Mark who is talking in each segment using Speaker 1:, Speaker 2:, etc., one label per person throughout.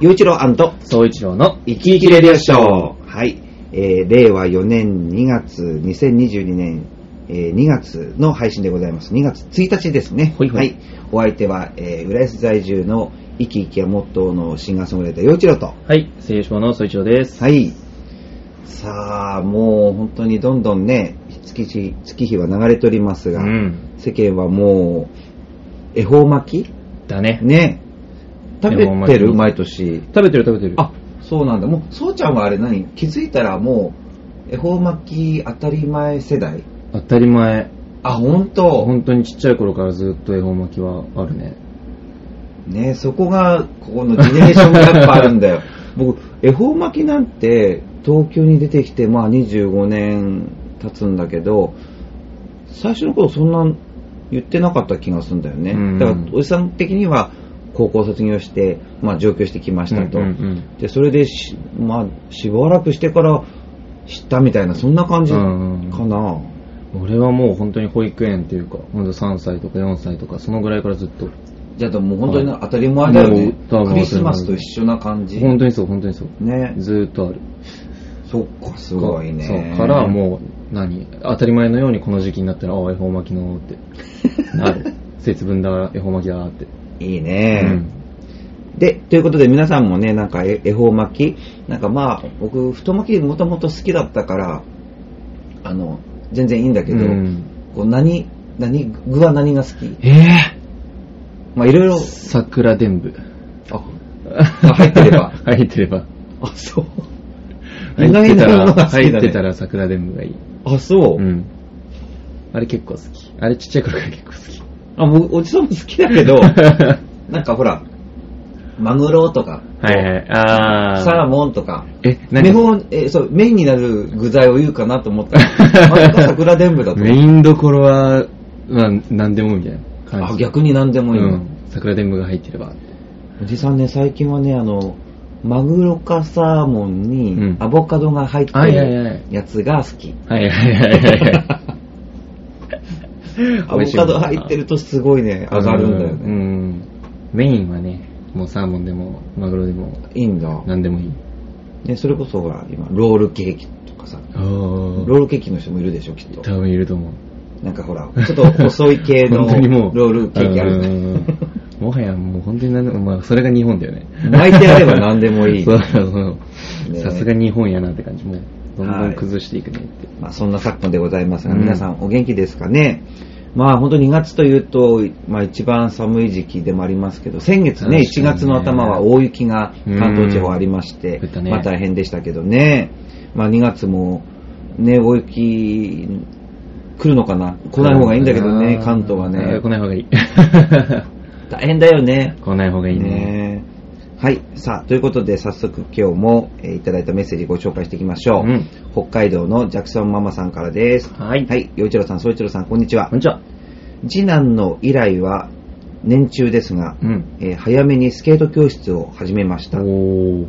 Speaker 1: 雄一郎
Speaker 2: 総一郎の
Speaker 1: 生き生きレディオショー。はい。えー、令和4年2月、2022年、えー2月の配信でございます。2月1日ですね。
Speaker 2: ほいほい
Speaker 1: はい。お相手は、えー、浦安在住の生き生きやモットーのシンガーソングライター、陽一郎と。
Speaker 2: はい声優賞の総一郎です
Speaker 1: はい。さあ、もう本当にどんどんね、月日、月日は流れております
Speaker 2: う
Speaker 1: が、
Speaker 2: ん
Speaker 1: 世間はもう、恵方巻き
Speaker 2: だね
Speaker 1: ね。食べ
Speaker 2: 恵方
Speaker 1: て
Speaker 2: 巻き
Speaker 1: る毎年。
Speaker 2: 食べてる食べてる
Speaker 1: あ、そうなんだ。もう、そうちゃんはあれ何気づいたらもう、恵方巻き当たり前世代
Speaker 2: 当たり前
Speaker 1: あ、本当
Speaker 2: 本当にちっちゃい頃からずっと恵方巻きはあるね
Speaker 1: ねそこが、ここのジェネレーションがやっぱあるんだ よ。僕、恵方巻きなんて、東京に出てきて、まあ25年経つんだけど、最初の頃そんな言ってなかった気がするんだよね。
Speaker 2: うん
Speaker 1: だから、おじさん的には、高校卒業して、まあ上京してきましたと。
Speaker 2: うんうん
Speaker 1: で、それでし、まあ、しばらくしてから知ったみたいな、そんな感じ
Speaker 2: う
Speaker 1: か
Speaker 2: んうん
Speaker 1: な。
Speaker 2: うん俺はもう本当に保育園っていうかほんと3歳とか4歳とかそのぐらいからずっと
Speaker 1: じゃあ、もう本当に当たり前だよね。
Speaker 2: もう多分
Speaker 1: クリスマスと一緒な感じ。
Speaker 2: 本当にそう本当にそう
Speaker 1: ね。
Speaker 2: ずーっとある
Speaker 1: そっか、すごいね。
Speaker 2: そうからもう何当たり前のようにこの時期になったらああ恵方巻きのー ってなる節分だ恵方巻きだーって
Speaker 1: いいね。で、ということで皆さんもね、なんかえ恵方巻き、なんかまあ、僕、太巻きもともと好きだったから、あの、全然いいんだけど、
Speaker 2: うん
Speaker 1: こう何、何、具は何が好き
Speaker 2: ええ
Speaker 1: まあ、いろいろ、
Speaker 2: 桜でんぶ。
Speaker 1: あ、入ってれば
Speaker 2: 入ってれば。
Speaker 1: あ、そう。
Speaker 2: 入
Speaker 1: 意
Speaker 2: っ
Speaker 1: 外
Speaker 2: てた
Speaker 1: なもの
Speaker 2: ら、
Speaker 1: が好
Speaker 2: 入
Speaker 1: き
Speaker 2: っ
Speaker 1: だね
Speaker 2: てたら桜でんぶがいい。
Speaker 1: あ、そう。
Speaker 2: うん。あれ結構好き。あれちっちゃい頃から結構 好
Speaker 1: あ、もう、おじさんも好きだけ ど、なんかほら、マグロとか、
Speaker 2: き。はいはい。あー。
Speaker 1: サーモンとか、
Speaker 2: え、
Speaker 1: メ
Speaker 2: 何
Speaker 1: ホンえそう、メインになる具材を言うかなと 思ったら、まさか桜でんぶだと
Speaker 2: メ。インどころは、まあ、なんでもみたいな感じ。
Speaker 1: あ、逆に何でもいいの、
Speaker 2: うん。桜でんぶが入ってれば。
Speaker 1: おじさんね、最近はね、あの、マグロかサーモン
Speaker 2: うん
Speaker 1: にアボカドが入って
Speaker 2: はいはいはい
Speaker 1: るやつが好き。
Speaker 2: はいはいはいはいはい。
Speaker 1: アボカド入ってるとすごいね、上がるんだよ
Speaker 2: う
Speaker 1: ね。
Speaker 2: ん。メインはね、もうサーモンでも、マグロでも、
Speaker 1: いいんだ。
Speaker 2: なんでもいい。
Speaker 1: ね、それこそほら、今、ロールケーキとかさ、
Speaker 2: あー
Speaker 1: ロールケーキの人もいるでしょ、きっと。
Speaker 2: 多分いると思う。
Speaker 1: なんかほら、ちょっと細い系の
Speaker 2: 本当にもう。
Speaker 1: ロールケーキあるじゃん。
Speaker 2: うんもはやもう本当に何でも、まあそれが日本だよね。
Speaker 1: 巻いてあれば何でもいい
Speaker 2: そうそうそう
Speaker 1: ね
Speaker 2: さすが日本やなって感じ。もう、どんど
Speaker 1: は
Speaker 2: ん
Speaker 1: い
Speaker 2: 崩していくねって。
Speaker 1: まあそんな昨今でございますが、
Speaker 2: うん
Speaker 1: 皆さんお元気ですかね。まあ本当2月というと、まあ一番寒い時期でもありますけど、先月ね、1
Speaker 2: 確かにね
Speaker 1: 月の頭は大雪が関東地方ありまして、
Speaker 2: うん降ったね
Speaker 1: まあ大変でしたけどね。まあ2月もね、大雪来るのかな来ない方がいいんだけどね、関東は
Speaker 2: あー
Speaker 1: ね
Speaker 2: 来。ない方がい い。
Speaker 1: 大変だよね。
Speaker 2: 来ない方がいいね。
Speaker 1: ねはい。さあ、ということで、早速今日も、えーいただいたメッセージご紹介していきましょう。
Speaker 2: うん
Speaker 1: 北海道のジャクソンママさんからです。
Speaker 2: はい。
Speaker 1: はい。洋一郎さん、総一郎さん、こんにちは
Speaker 2: こん。にちは。
Speaker 1: 次男の依頼は年中ですが、
Speaker 2: うん。
Speaker 1: えー早めにスケート教室を始めました。
Speaker 2: おー。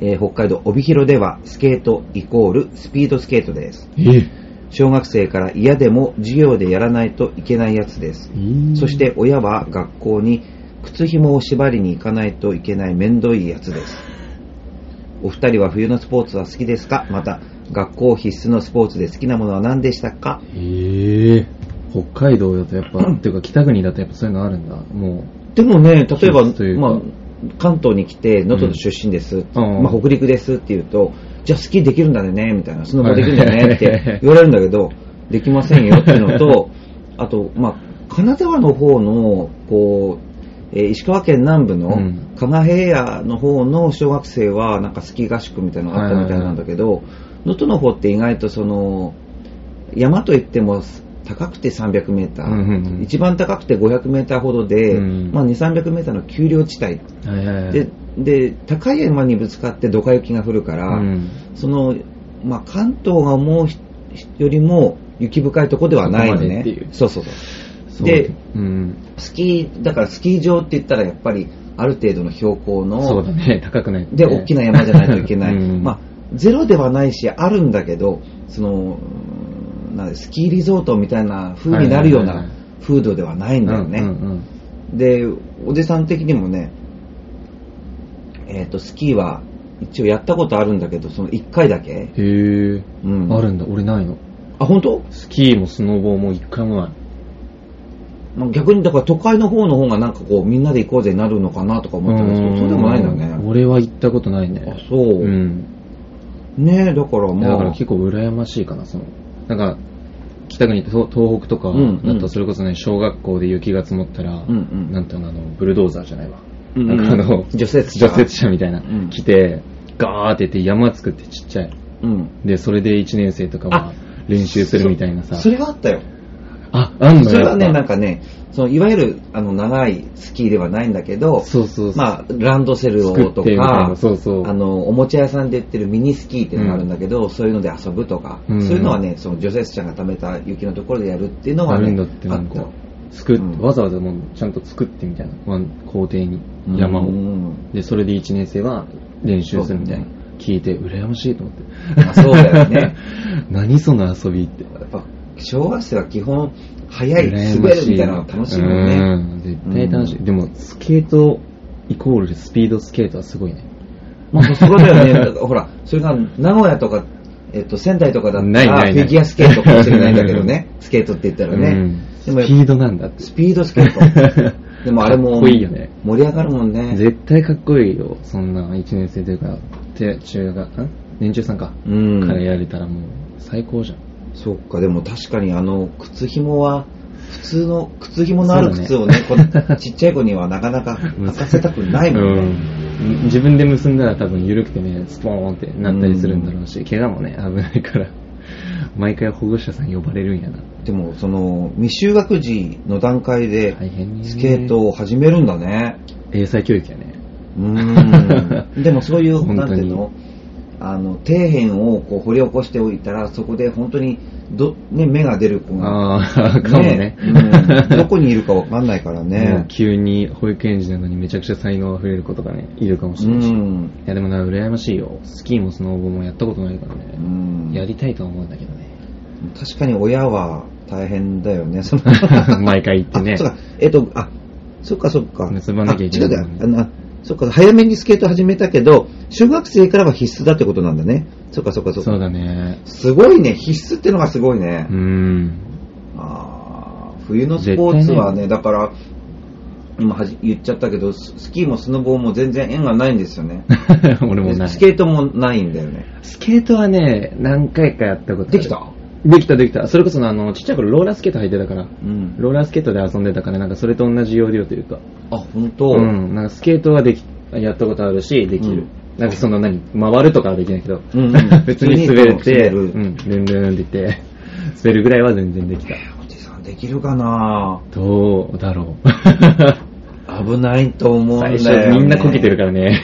Speaker 1: えー北海道帯広では、スケートイコールスピードスケートです。
Speaker 2: え
Speaker 1: 小学生から嫌でも授業でやらないといけないやつです。そし、て親は学校に靴紐を縛りに行かないといけない面倒いやつです。お二人は冬のスポーツは好きですかまた、学校必須のスポーツで好きなものは何でしたか
Speaker 2: えー。北海道だとや っぱ、っていうか北国だとやっぱそういうのあるんだ。も
Speaker 1: でもね、例えば
Speaker 2: 一つとい、うか
Speaker 1: まあ、関東に来て、能登出身です、
Speaker 2: うん
Speaker 1: まあ、北陸ですって言うと、じゃあスキーできるんだね、みたいな、スノボできるんだねって言われるんだけど、できませんよっていうのと、あと、まあ、金沢の方の、こう、えー石川県南部
Speaker 2: う
Speaker 1: の
Speaker 2: ん
Speaker 1: 加賀平野の方の小学生は、なんかスキー合宿みたいなのがあったみたいなんだけど、能登の方って意外とその、山といっても高くて300メーター、
Speaker 2: うんうんうん
Speaker 1: 一番高くて500メーターほどで、
Speaker 2: うん
Speaker 1: まあ2、300メーターの丘陵地帯。
Speaker 2: う、はいはいはい
Speaker 1: で、で、高い山にぶつかってドカ雪が降るか
Speaker 2: う
Speaker 1: ら、
Speaker 2: ん、
Speaker 1: その、まあ関東が思うひよりも雪深いとこではないの
Speaker 2: そこまでってい
Speaker 1: ね
Speaker 2: う。
Speaker 1: そうそうそう。
Speaker 2: そう
Speaker 1: で、
Speaker 2: うん、
Speaker 1: スキー、だからスキー場って言ったらやっぱりある程度の標高
Speaker 2: そう
Speaker 1: の、
Speaker 2: だね、 高くないと
Speaker 1: で、
Speaker 2: ね、
Speaker 1: 大きな山じゃないといけない。
Speaker 2: うん
Speaker 1: まあ、ゼロではないし、あるんだけど、その、うんなんでスキーリゾートみたいな風になるよう
Speaker 2: はいはい
Speaker 1: な
Speaker 2: はい
Speaker 1: 風土ではないんだよね。
Speaker 2: うんうんうん
Speaker 1: で、おじさん的にもね、えっ、と、スキーは一応やったことあるんだけど、その1回だけ。
Speaker 2: へえ、
Speaker 1: うん。
Speaker 2: あるんだ。俺ないの。
Speaker 1: あ、本当？
Speaker 2: スキーもスノボーも一回もない。
Speaker 1: まあ逆にだから都会の方の方がなんかこう、みんなで行こうぜになるのかなとか思ったんですけど、そうでもないんだ
Speaker 2: う
Speaker 1: ね。
Speaker 2: 俺は行ったことない
Speaker 1: あ
Speaker 2: ね。、
Speaker 1: そう。
Speaker 2: うん。
Speaker 1: ねえ、だから
Speaker 2: だから
Speaker 1: まあ、
Speaker 2: 結構羨ましいかな、その。なんか、北国、東東北とか
Speaker 1: うんうん
Speaker 2: だったらそれこそね、小学校で雪が積もったら、
Speaker 1: うんうん
Speaker 2: なんていうの、あの、ブルドーザーじゃないわ。
Speaker 1: うんう
Speaker 2: なんんかあの、
Speaker 1: 除雪車
Speaker 2: 除雪車みたいな、
Speaker 1: うん
Speaker 2: 来て、ガーってやって山作ってちっちゃい。
Speaker 1: うん。
Speaker 2: で、それで1年生とかは
Speaker 1: あ
Speaker 2: 練習するみたいなさ。
Speaker 1: それがあったよ。
Speaker 2: あ、あんの
Speaker 1: それはね、
Speaker 2: やっぱ
Speaker 1: なんかね、そのいわゆるあの長いスキーではないんだけど、
Speaker 2: そうそうそう。
Speaker 1: まあ、ランドセルを
Speaker 2: 作
Speaker 1: と
Speaker 2: ってみたい
Speaker 1: か
Speaker 2: な、そうそう
Speaker 1: あの、おもちゃ屋さんで売ってるミニスキーっていうのがあるんだけど、そういうので遊ぶとか、
Speaker 2: うん
Speaker 1: そういうのはね、その除雪車が溜めた雪のところでやるっていうの
Speaker 2: あ
Speaker 1: はね、
Speaker 2: るんだってなん
Speaker 1: あ
Speaker 2: か
Speaker 1: っ、
Speaker 2: 作って、
Speaker 1: うん
Speaker 2: わざわざもうちゃんと作ってみたいな、ワン工程に、
Speaker 1: た
Speaker 2: 山
Speaker 1: う
Speaker 2: を。
Speaker 1: ん
Speaker 2: で、それで1年生は練習するみたいな
Speaker 1: そう。
Speaker 2: 聞いて、羨ましいと思って。
Speaker 1: まあそうだよね。
Speaker 2: 何その遊びって。
Speaker 1: やっぱ、小学生は基本、速い、滑るみたいなのが楽しいもん
Speaker 2: う
Speaker 1: ね。
Speaker 2: ん絶対楽しい。でも、スケートイコールスピードスケートはすごいね。
Speaker 1: まあ、そこだよね。だ からほら、それが名古屋とか、えっと、仙台とかだった
Speaker 2: ない
Speaker 1: ら、
Speaker 2: ないない
Speaker 1: フィギュアスケートかもしれないんだけど ね。スケートって言ったらね。
Speaker 2: うん
Speaker 1: で
Speaker 2: ス
Speaker 1: も
Speaker 2: ピ
Speaker 1: やっぱ
Speaker 2: ードなんだって。
Speaker 1: スピードスケ ート。 でもあれ
Speaker 2: か
Speaker 1: も、
Speaker 2: っこいいよね
Speaker 1: 盛り上がるもんね。
Speaker 2: 絶対かっこいいよ。そんな1年生というか、て中学、ん年中さんか。
Speaker 1: うん。
Speaker 2: からやれたらもう最高じゃん。
Speaker 1: そっか、でも確かにあの、靴紐は、普通の、靴紐のある靴
Speaker 2: そ
Speaker 1: を
Speaker 2: う
Speaker 1: ね、このちっちゃい子にはなか なか履かせたくないもんね。
Speaker 2: うん、自分で結んだら多分緩くてね、スポーンってなったりするんだろうし、怪我もね、危ないから、毎回保護者さん呼ばれるんやな。
Speaker 1: でも、その、未就学児の段階で、
Speaker 2: 大変ね。
Speaker 1: スケート。を始めるんだね。
Speaker 2: 英才教育やね。
Speaker 1: う ーん。でもそういう、
Speaker 2: 本
Speaker 1: な
Speaker 2: 当に
Speaker 1: んていうのあの、底辺をこう掘り起こしておいたら、そこで本当に、ど、ね、芽が出る子が。
Speaker 2: ああ、かもね。
Speaker 1: うんどこにいるかわかんないから
Speaker 2: もう
Speaker 1: ね。
Speaker 2: 急に保育園児なのにめちゃくちゃ才能溢れる子とかね、いるかもし
Speaker 1: う
Speaker 2: れないし。い
Speaker 1: ん。
Speaker 2: やでもな、羨ましいよ。スキーもスノーボーもやったことないから
Speaker 1: う
Speaker 2: ね。
Speaker 1: ん
Speaker 2: やりたいとは思うんだけど ね。
Speaker 1: 確かに親は大変だよ ね。その
Speaker 2: 毎回行ってね
Speaker 1: あ、そ。っか、えっ、と、あ、そっかそっか。
Speaker 2: 結ばなきゃいけない
Speaker 1: あ違うだよあのあそっか、早めにスケート始めたけど、中学生からは必須だってことなんだね。そっかそっかそっ
Speaker 2: そう
Speaker 1: か。
Speaker 2: だね。
Speaker 1: すごいね、必須ってのがすごいね
Speaker 2: う。ん。
Speaker 1: あー冬のスポーツはね、だから、今はじ言っちゃったけど、ススキーもスノボーも全然縁がないんですよね。
Speaker 2: 俺もない。
Speaker 1: スケートもないんだよね。
Speaker 2: スケートはね、何回かやったことあ
Speaker 1: で
Speaker 2: る
Speaker 1: きた
Speaker 2: できたできた。それこそあの、ちっちゃい頃ローラースケート履いてたから、
Speaker 1: うん。
Speaker 2: ローラースケートで遊んでたから、なんかそれと同じ要領というか、
Speaker 1: あ、本当。
Speaker 2: ん、なんかスケートはでき、やったことあるし、できる。なんかその何、回るとかはできないけど、
Speaker 1: うんうん
Speaker 2: 別に滑れて、
Speaker 1: 普通に
Speaker 2: うん、ルンルンって言って、 滑るぐらいは全然できた。
Speaker 1: おじさんできるかな
Speaker 2: どうだろう。
Speaker 1: 危ないと思うんだ
Speaker 2: 最
Speaker 1: よ、ね。
Speaker 2: 初みんなこけてるからね。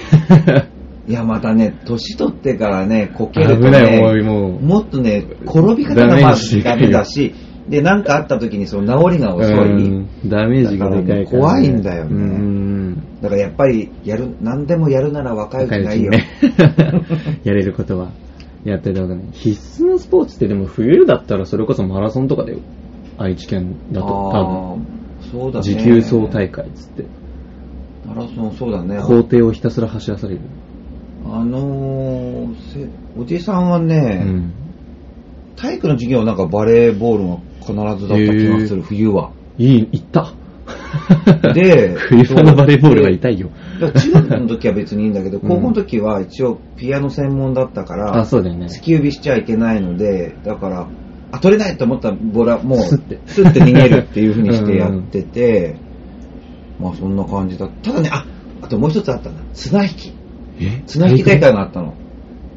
Speaker 1: いや、またね、年取ってからね、こけ
Speaker 2: 危
Speaker 1: ると
Speaker 2: ない思い
Speaker 1: ね、
Speaker 2: もう。
Speaker 1: もっとね、転び方がまずダメだし、で、なんかあった時にその治り が遅
Speaker 2: う
Speaker 1: い。
Speaker 2: んダメージがでかいから、
Speaker 1: だから怖いんだよね
Speaker 2: うん
Speaker 1: だからやっぱり、やる、何でもやるなら若いうち
Speaker 2: 若いう
Speaker 1: が
Speaker 2: ち
Speaker 1: いい
Speaker 2: に
Speaker 1: よ。
Speaker 2: ね、 やれることはやってたわけね。必須のスポーツってでも冬だったらそれこそマラソンとかだよ。愛知県だと多
Speaker 1: あーそうだね。
Speaker 2: 分。持久走大会っつって。
Speaker 1: マラソン、そうだね。
Speaker 2: 校庭をひたすら走らされる。
Speaker 1: あのーせ、おじさんは
Speaker 2: う
Speaker 1: ね、
Speaker 2: ん。
Speaker 1: 体育の授業はなんかバレーボールが必ずだった気がする、冬 は。
Speaker 2: いい、行った。
Speaker 1: で
Speaker 2: 冬場のバレーボールは痛いよ。
Speaker 1: だから中学の時は別にいいんだけど、
Speaker 2: うん
Speaker 1: 高校の時は一応ピアノ専門だったか
Speaker 2: あ、
Speaker 1: ら、
Speaker 2: そうだよね。
Speaker 1: 突き指しちゃいけないので、だから、あ、取れないと思ったらボラ、もう、
Speaker 2: スッて
Speaker 1: スッて逃げるっていう風にしてやってて、まあそんな感じだった。だね、あ、あともう一つあったな。綱引き。
Speaker 2: え
Speaker 1: 綱引き大会があったの。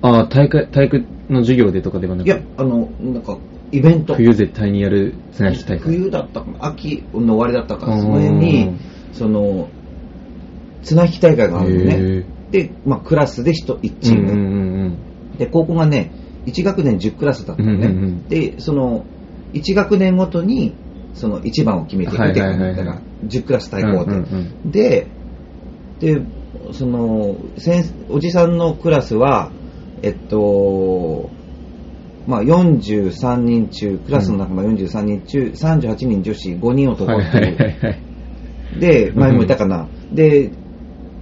Speaker 2: あ、体育、体育の授業でとかではない
Speaker 1: や、あの、なんか、イベント。
Speaker 2: 冬絶対にやる綱引き大会。
Speaker 1: 冬だったかな秋の終わりだったか
Speaker 2: う
Speaker 1: ら、
Speaker 2: ん
Speaker 1: その辺に、その、綱引き大会があるのね。で、まあクラスで人1チーム。
Speaker 2: うんうんうんうん。
Speaker 1: で、高校がね、1学年10クラスだったのね。
Speaker 2: うんうんうん
Speaker 1: で、その、1学年ごとに、その1番を決めていくって感じだった
Speaker 2: はいはいはいは
Speaker 1: ら、10クラス対抗で、
Speaker 2: うんうん
Speaker 1: で、で、その、先おじさんのクラスは、えっと、まあ、43人中、クラスの仲間43人中、38人女子、5人
Speaker 2: うん
Speaker 1: 男
Speaker 2: は
Speaker 1: っ
Speaker 2: い
Speaker 1: て
Speaker 2: はいいうはいはい。
Speaker 1: で、前もいたかな。で、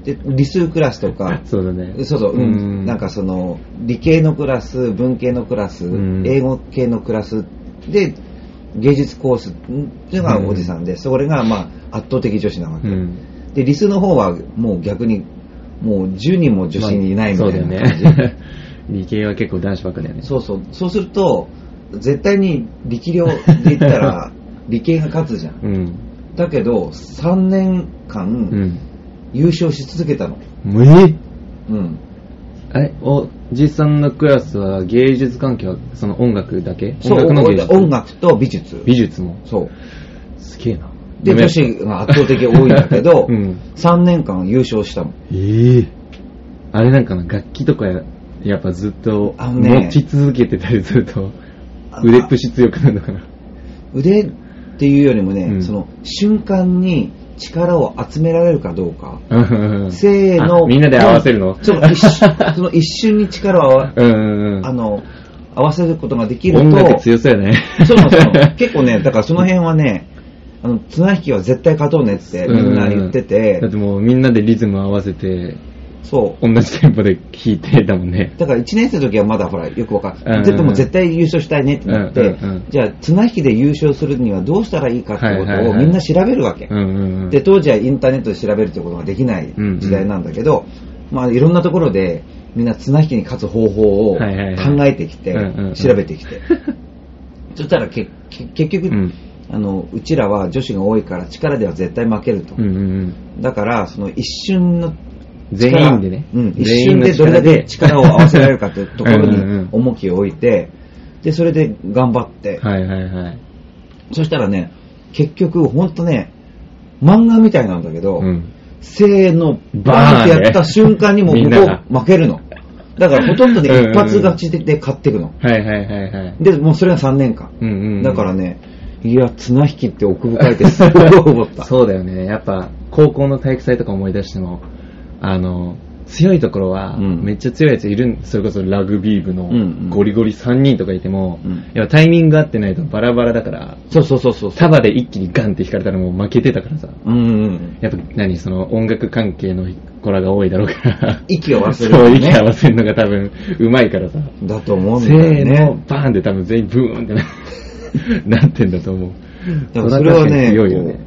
Speaker 1: で理数クラスとか
Speaker 2: そうだね。
Speaker 1: そうそう、うん、なんかその理系のクラス文系のクラス、
Speaker 2: うん
Speaker 1: 英語系のクラスで芸術コースっていうのがおじさんで、それがまあ圧倒的女子なわ
Speaker 2: う
Speaker 1: け、
Speaker 2: ん。
Speaker 1: で理数の方はもう逆にもう10人も女子にいないみ
Speaker 2: まあ
Speaker 1: たいな感
Speaker 2: そう
Speaker 1: じ、
Speaker 2: だよね。理系は結構男子ばっかだよね。
Speaker 1: そうそうそうすると絶対に力量で言った ら理系が勝つじゃん
Speaker 2: うん。
Speaker 1: だけど3年間、
Speaker 2: うん。
Speaker 1: 優勝し続けたの。
Speaker 2: 無理
Speaker 1: うん。
Speaker 2: あれお、じいさんのクラスは芸術関係は、その音楽だけ
Speaker 1: そう、
Speaker 2: 音楽の芸術
Speaker 1: 音楽と美術。
Speaker 2: 美術も。
Speaker 1: そう。
Speaker 2: すげえな。
Speaker 1: で、
Speaker 2: ごめ
Speaker 1: 女
Speaker 2: ん
Speaker 1: 子が圧倒的に多いんだけど、
Speaker 2: うん
Speaker 1: 3年間優勝したもん。
Speaker 2: ええあれなんかな、楽器とかややっぱずっと
Speaker 1: あのね
Speaker 2: 持ち続けてたりすると
Speaker 1: あ、
Speaker 2: 腕っぷし強くなるのかな。
Speaker 1: 腕っていうよりもね、
Speaker 2: うん
Speaker 1: その瞬間に力を集められるかどうか。
Speaker 2: う ん
Speaker 1: せーの。
Speaker 2: あみんなで合わせるの
Speaker 1: そう一 瞬その一瞬に力を合わ
Speaker 2: うんうんうん。
Speaker 1: あの合わせることができると、
Speaker 2: 音楽強そうやね。
Speaker 1: そうなのそうな の結構ね、だからその辺はね、あの、綱引きは絶対勝とうねってみんな言ってて、
Speaker 2: だってもうみんなでリズム合わせて、
Speaker 1: そう。
Speaker 2: 同じテンポで弾いてだもんね。
Speaker 1: だから1年生の時はまだほらよくわかん
Speaker 2: うんうんう
Speaker 1: なんい。でも絶対優勝したいねってなって、
Speaker 2: うんうんうん
Speaker 1: じゃあ綱引きで優勝するにはどうしたらいいかってこ
Speaker 2: はいはい
Speaker 1: とを
Speaker 2: はい
Speaker 1: みんな調べるわけ。
Speaker 2: うんうんうん。
Speaker 1: で、当時はインターネットで調べるということができない時代なんだけど、まあいろんなところでみんな綱引きに勝つ方法を考
Speaker 2: はいはいはい
Speaker 1: えてきて
Speaker 2: うんうんう、ん
Speaker 1: 調べてき て。そしたらけけ結局、
Speaker 2: うん
Speaker 1: あの、うちらは女子が多いから力では絶対負けると。
Speaker 2: うんうんうん。
Speaker 1: だから、その一瞬の
Speaker 2: 全
Speaker 1: 力
Speaker 2: 員でね
Speaker 1: うん、一
Speaker 2: 全員
Speaker 1: 瞬
Speaker 2: の
Speaker 1: でどれだけ
Speaker 2: 力で
Speaker 1: 力を合わせられるかというところ
Speaker 2: うんうんうん
Speaker 1: に重きを置いて、で、それで頑張って、
Speaker 2: はいはいはい。
Speaker 1: そしたらね、結局、ほんとね、漫画みたいなんだけど、
Speaker 2: うん。
Speaker 1: せーの、バーンってやった瞬間にもう
Speaker 2: バー
Speaker 1: 向
Speaker 2: ンね
Speaker 1: こう負けるの。だからほとんどね、
Speaker 2: うんうんうん
Speaker 1: 一発勝ちでで勝っていくの。
Speaker 2: はいはいはいはい。
Speaker 1: で、もうそれが3年間。
Speaker 2: うんうんうん。
Speaker 1: だからね、いや、綱引きって奥深いです ごい 思った。
Speaker 2: そうだよね。やっぱ、高校の体育祭とか思い出しても、あの、強いところは、
Speaker 1: うん
Speaker 2: めっちゃ強いやついるん、それこそラグビー部
Speaker 1: うんうん
Speaker 2: のゴリゴリ3人とかいても、
Speaker 1: うん
Speaker 2: やっぱタイミング合ってないとバラバラだから、
Speaker 1: そうそうそうそう。
Speaker 2: 束で一気にガンって引かれたらもう負けてたからさ。
Speaker 1: うんうんうん。
Speaker 2: やっぱ何その音楽関係の子らが多いだろうから。
Speaker 1: 息を合わせる
Speaker 2: そ
Speaker 1: の
Speaker 2: う、
Speaker 1: ね
Speaker 2: 息合わせるのが多分うまいからさ。
Speaker 1: だと思うん
Speaker 2: せ
Speaker 1: だよね。
Speaker 2: ーの、バーンって多分全員ブーンって ななってんだと思う。
Speaker 1: でもそれはね
Speaker 2: 強いよね。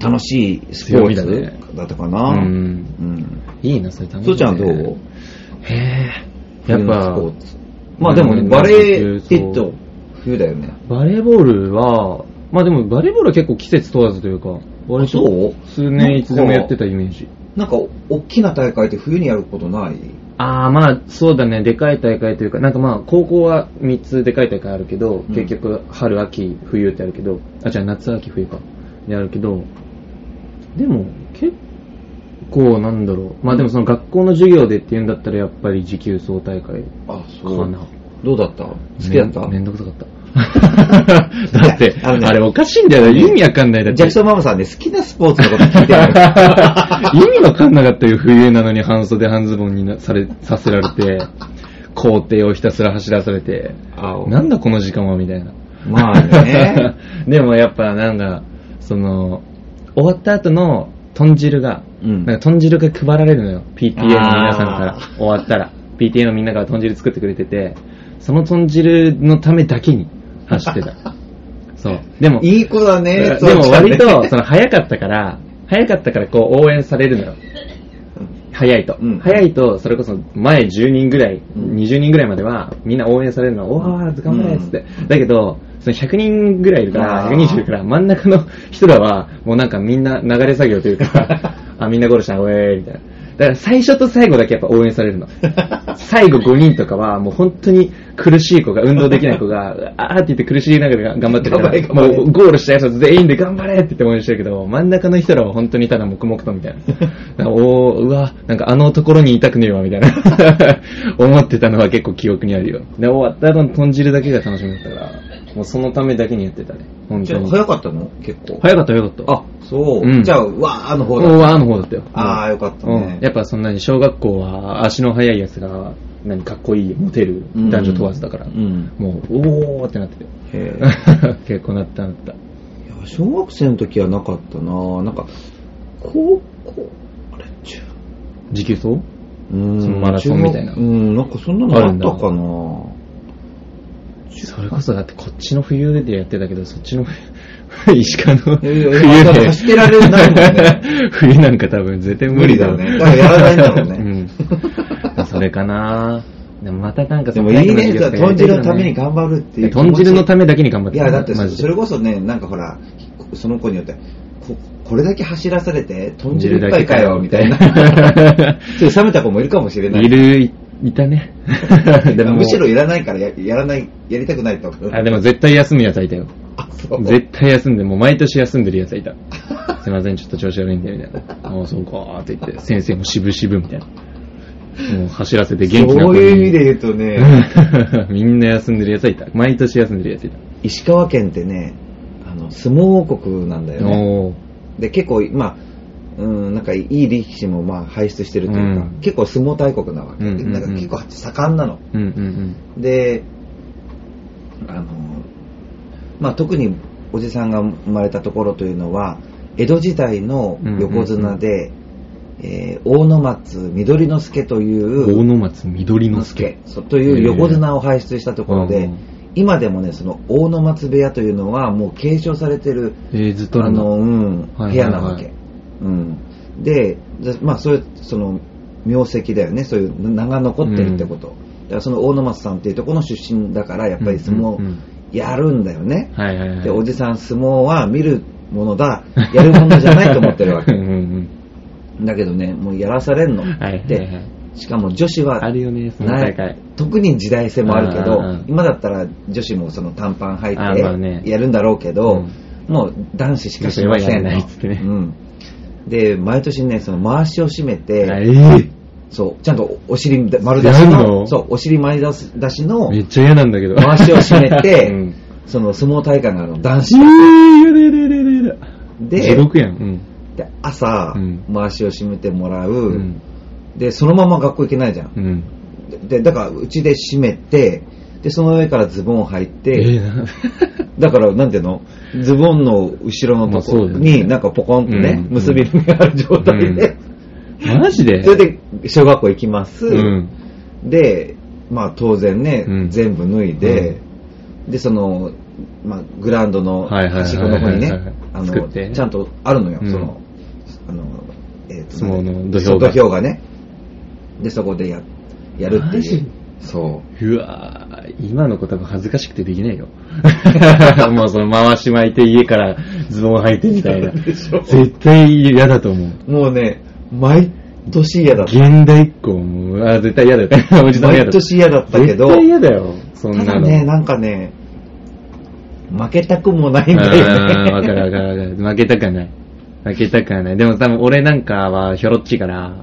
Speaker 1: 楽しいスポーツだったかな。
Speaker 2: う。
Speaker 1: うんん。
Speaker 2: いいな、それ楽しい、ね。
Speaker 1: そうちゃんどう
Speaker 2: へえ。や
Speaker 1: 冬
Speaker 2: っ
Speaker 1: のス
Speaker 2: ぱ
Speaker 1: ポ、ーツ。まあでもね、バレーって言うと冬だよね。
Speaker 2: バレーボールは、まあでもバレーボールは結構季節問わずというか、割
Speaker 1: そう
Speaker 2: と数年いつでもやってたイメージ。
Speaker 1: なんか、大きな大会って冬にやることない
Speaker 2: ああ、まあそうだね、でかい大会というか、なんかまあ高校は3つでかい大会あるけど、
Speaker 1: うん
Speaker 2: 結局春、秋、冬ってあるけど、あ、じゃあ夏、秋、冬か。であるけど、でも結構なんだろう、まあでもその学校の授業でっていうんだったらやっぱり持久走大会
Speaker 1: あ、
Speaker 2: かな。。
Speaker 1: どうだった好きだった
Speaker 2: めんめんどくさかった。 だって、
Speaker 1: あ
Speaker 2: あ
Speaker 1: のね
Speaker 2: れおかしいんだよ。意味わかんないだっ
Speaker 1: ジ
Speaker 2: て。
Speaker 1: ャクソンママさんね、好きなスポーツのこと聞いてあ る。
Speaker 2: 意味わかんなかったよ。冬なのに半袖半ズボンになされ、させられて、校庭をひたすら走らされて、なんだこの時間はみたいな。
Speaker 1: まあね。
Speaker 2: でもやっぱなんか、その、終わった後の豚汁が、
Speaker 1: うん
Speaker 2: なんか豚汁が配られるのよ。PTA の皆さんから
Speaker 1: あ。
Speaker 2: 終わったら。PTA のみんなが豚汁作ってくれてて、その豚汁のためだけに走ってた。 そう。でも、
Speaker 1: いい子だね、
Speaker 2: でも割
Speaker 1: そう
Speaker 2: と、
Speaker 1: ちゃ
Speaker 2: そ
Speaker 1: んね
Speaker 2: の早かったから、早かったからこう応援されるのよ。早いと。
Speaker 1: うん
Speaker 2: 早いと、それこそ前10人ぐらい、
Speaker 1: うん
Speaker 2: 20人ぐらいまでは、みんな応援されるの、おー、頑張れっつって。だけど、その100人ぐらいいるから、
Speaker 1: あー
Speaker 2: 120いるから、真ん中の人らは、もうなんかみんな流れ作業とい うか、あ、みんなゴールした、ウェーイみたいな。だから最初と最後だけやっぱ応援されるの。最後5人とかは、もう本当に苦しい子が、運動できない子が、あーって言って苦しいながら頑張ってるか
Speaker 1: 頑張れ
Speaker 2: ら、
Speaker 1: 頑張れ
Speaker 2: もうゴールしたやつ全員で頑張れって言って応援してるけど、真ん中の人らは本当にただ黙々とみたいな。なんかおー、うわ、なんかあのところにいたくねえわ、みたいな。 思ってたのは結構記憶にあるよ。で、終わった後の豚汁だけが楽しみだったから、もうそのためだけにやってたね。本当に。
Speaker 1: 早かったの結構。
Speaker 2: 早かった、早かった。
Speaker 1: あ、そう。
Speaker 2: うん
Speaker 1: じゃあ、わーの方
Speaker 2: お
Speaker 1: だ。
Speaker 2: ー、あの方だったよ。
Speaker 1: あー、よかった
Speaker 2: うん
Speaker 1: ね。
Speaker 2: やっぱそんなに小学校は足の速いやつが、何かっこいい、モテる、
Speaker 1: うん
Speaker 2: 男女問わずだから、
Speaker 1: うん
Speaker 2: もう、おーってなってて。
Speaker 1: へー
Speaker 2: 結構なったなった。
Speaker 1: いや小学生の時はなかったななんか、高校、あれ、中
Speaker 2: 時給走
Speaker 1: うん
Speaker 2: そのマラソンみたい
Speaker 1: 中
Speaker 2: な
Speaker 1: 国うん、なんかそんなの
Speaker 2: あ
Speaker 1: あ
Speaker 2: る
Speaker 1: っ
Speaker 2: ん
Speaker 1: た
Speaker 2: だ
Speaker 1: かな
Speaker 2: それこそだってこっちの冬でやってたけど、そっちの 冬石川の
Speaker 1: いやいや
Speaker 2: 冬で。
Speaker 1: だから走ってられないもんね
Speaker 2: 冬なんか多分絶対無理だよ
Speaker 1: 無理だよねだからやらないんだろう
Speaker 2: うん。 それかなでもまたなんか
Speaker 1: でもいいね、
Speaker 2: じゃ
Speaker 1: 豚汁のために頑張るっていう気持ち。
Speaker 2: 豚汁のためだけに頑張
Speaker 1: い
Speaker 2: って
Speaker 1: や、だって
Speaker 2: マ
Speaker 1: そ
Speaker 2: ジで
Speaker 1: それこそね、なんかほら、その子によって、ここれだけ走らされて、豚汁いっぱいかよ、みたいな。ちょ っと冷めた子もいるかもしれない。。
Speaker 2: いる、いいたね
Speaker 1: むしろいらないからややらない、やりたくないと。
Speaker 2: あ、 でも絶対休むやつはいたよ。
Speaker 1: あ、そう。
Speaker 2: 絶対休んで、もう毎年休んでるや つはいた。すいません、ちょっと調子悪いんで、みたいな。ああ、そうかーって言って、先生も渋々みたいな。もう走らせて元気な
Speaker 1: そ
Speaker 2: 子
Speaker 1: う
Speaker 2: に
Speaker 1: いう意味で言うとね、
Speaker 2: うん みんな休んでるやつはいた。毎年休んでるやついた。
Speaker 1: 石川県ってね、あの、相撲王国なんだよね。
Speaker 2: おー
Speaker 1: で、結構、まあ、うん、なんかいい力士もまあ輩出してるというか、
Speaker 2: うん
Speaker 1: 結構相撲大国なわけ。
Speaker 2: うんうんうん
Speaker 1: なんか結構盛んなの。
Speaker 2: うんうん
Speaker 1: で、あの、まあ、特におじさんが生まれたところというのは、江戸時代の横綱で、えー大野松緑之助とい
Speaker 2: うん。
Speaker 1: う、
Speaker 2: 大野松緑之助。
Speaker 1: そうという横綱を輩出したところで、今でもね、その大野松部屋というのはもう継承されてる、
Speaker 2: えー、ずっと
Speaker 1: あ
Speaker 2: あの、
Speaker 1: の、うん、
Speaker 2: はいはいはい
Speaker 1: 部屋なわけ。うん。で、じゃまあ、そういう、その、名跡だよね。そういう、名が残ってるってこと。だからその大野松さんっていうところの出身だから、やっぱり相
Speaker 2: うんうん
Speaker 1: 撲、やるんだよね。
Speaker 2: はいはいはい。
Speaker 1: で、おじさん、相撲は見るものだ、やるものじゃないと思ってるわ
Speaker 2: う
Speaker 1: け。
Speaker 2: んうん
Speaker 1: だけどね、もうやらされんの。
Speaker 2: うん。はいはいは
Speaker 1: で、
Speaker 2: い。
Speaker 1: しかも女子は、
Speaker 2: あるよね、その大
Speaker 1: ない
Speaker 2: 会。
Speaker 1: 特に時代性もあるけ
Speaker 2: あーあ
Speaker 1: ど
Speaker 2: ー、
Speaker 1: 今だったら女子もその短パン
Speaker 2: あーまあ
Speaker 1: 履い
Speaker 2: ね
Speaker 1: てやるんだろうけど、
Speaker 2: うん
Speaker 1: もう男子しかしませ
Speaker 2: 女子はや
Speaker 1: ん
Speaker 2: らないっつってね
Speaker 1: うん、で、毎年ね、その回しを締め
Speaker 2: え
Speaker 1: て、
Speaker 2: ー
Speaker 1: そう、ちゃんとお尻丸出し
Speaker 2: やん
Speaker 1: の、
Speaker 2: の
Speaker 1: そう、お尻丸出し出しの
Speaker 2: めっちゃ嫌なんだけど。
Speaker 1: 回しを締めて、
Speaker 2: うん
Speaker 1: その相撲大会があるの男
Speaker 2: え
Speaker 1: 子
Speaker 2: ー、やだやだやだやだやだ。地
Speaker 1: で
Speaker 2: 獄やん。うん。
Speaker 1: で、朝、
Speaker 2: うん
Speaker 1: 回しを締めてもらう、
Speaker 2: うん。
Speaker 1: で、そのまま学校行けないじゃん。
Speaker 2: うん。
Speaker 1: で、だからうちで締めて、で、その上からズボンを履い
Speaker 2: え
Speaker 1: て、
Speaker 2: ー、な
Speaker 1: だから、なんていうのズボンの後ろのとこ
Speaker 2: まあそうだよね
Speaker 1: に、なんかポコンとね、
Speaker 2: うん
Speaker 1: 結び目がある状態で、
Speaker 2: マジで
Speaker 1: それで小学校行きます。
Speaker 2: うん。
Speaker 1: で、まあ当然ね、
Speaker 2: うん
Speaker 1: 全部脱いで、で、その、まあグラウンドの
Speaker 2: はいはいはいはい
Speaker 1: 端っこの方にね
Speaker 2: はいはい、
Speaker 1: あ
Speaker 2: 作
Speaker 1: の、
Speaker 2: って
Speaker 1: ちゃんとあるのよ、
Speaker 2: うん
Speaker 1: その、あの、えっと
Speaker 2: 相撲の土
Speaker 1: そう土
Speaker 2: 俵が。
Speaker 1: 俵がね。で、そこでや、やるって
Speaker 2: マ
Speaker 1: い
Speaker 2: ジ
Speaker 1: う。そう
Speaker 2: わぁ、今の言葉恥ずかしくてできないよ。 もうその回し巻いて家からズボン履いてみたい な。
Speaker 1: そうでしょ
Speaker 2: 絶対嫌だと思う。
Speaker 1: う。もうね、毎年嫌だった。
Speaker 2: 現代っ子もう、あ、絶対嫌だよ。おじさ んも
Speaker 1: 毎
Speaker 2: 嫌だ。
Speaker 1: 年嫌だったけど、
Speaker 2: 絶対嫌だよ。そん
Speaker 1: た
Speaker 2: な
Speaker 1: だ
Speaker 2: の。
Speaker 1: ね、なんかね、負けたくもないんだ
Speaker 2: あー
Speaker 1: よ
Speaker 2: わか
Speaker 1: ね。
Speaker 2: るわかるわかる。負けたくはない。負けたくはない。でも多分俺なんかはひょろっちいから、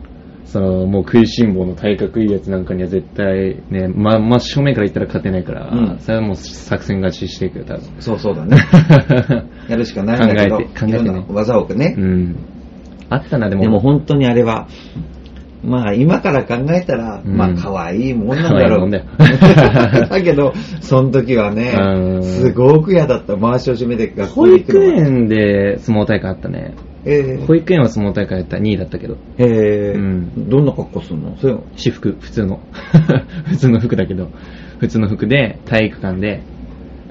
Speaker 2: その、もう食いしん坊の体格いいやつなんかには絶対ね、ま、真正面から言ったら勝てないから、
Speaker 1: うん
Speaker 2: それはもう作戦勝ちしていくよ、多分。
Speaker 1: そうそうだね。 やるしかないんだけど、
Speaker 2: 考えて考えてね
Speaker 1: いろんな技をね
Speaker 2: う。ん。あったな、でも。
Speaker 1: でも本当にあれは、まあ今から考えたら、
Speaker 2: うん
Speaker 1: まあ可愛いもんなんだろう。
Speaker 2: 可愛いもんだよ
Speaker 1: だけど、その時は
Speaker 2: う
Speaker 1: ね、
Speaker 2: ん
Speaker 1: すごく嫌だった。回しを締めて学
Speaker 2: 保
Speaker 1: 校に行く
Speaker 2: 育
Speaker 1: のが。
Speaker 2: 園で相撲大会あったね。
Speaker 1: え
Speaker 2: 保育園は相撲大会やった。2位だったけど。
Speaker 1: えへえ
Speaker 2: うん
Speaker 1: どんな格好するのそういうの
Speaker 2: 私服、普通の。 普通の服だけど、普通の服で、体育館で、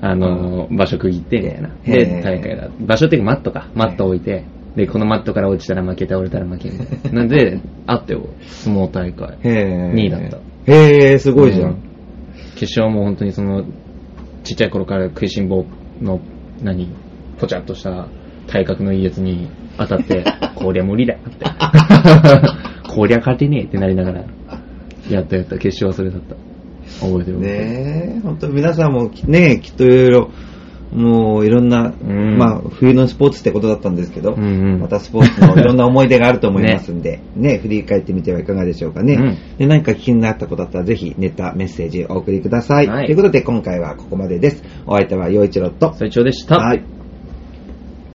Speaker 2: あのー場所区切って、みたいな。
Speaker 1: へー
Speaker 2: で、大会だ。場所っていうかマットか。マット置いて、で、このマットから落ちたら負け、倒れたら負け、みたいな。 なんで、あったよ、相撲大会。
Speaker 1: へえ
Speaker 2: 二位だった。
Speaker 1: へえすごいじゃ。
Speaker 2: うん決勝も本当にその、ちっちゃい頃から食いしん坊の、何、ぽちゃっとした体格のいいやつに当 たって、こりゃ無理だって。こりゃ勝てねえってなりながら、やったやった、決勝はそれだった。覚えてる。
Speaker 1: ねえ、本当皆さんもね、きっといろいろ、もういろんな、
Speaker 2: ん
Speaker 1: まあ冬のスポーツってことだったんですけど、
Speaker 2: うんうん
Speaker 1: またスポーツのいろんな思い出があると思いますんで、ね振り返ってみてはいかがでしょうかね。
Speaker 2: うん
Speaker 1: で何か気になったことあったらぜひネタ、メッセージお送りください。
Speaker 2: はい
Speaker 1: ということで今回はここまでです。お相手は陽一郎と。
Speaker 2: 最長でした。
Speaker 1: はい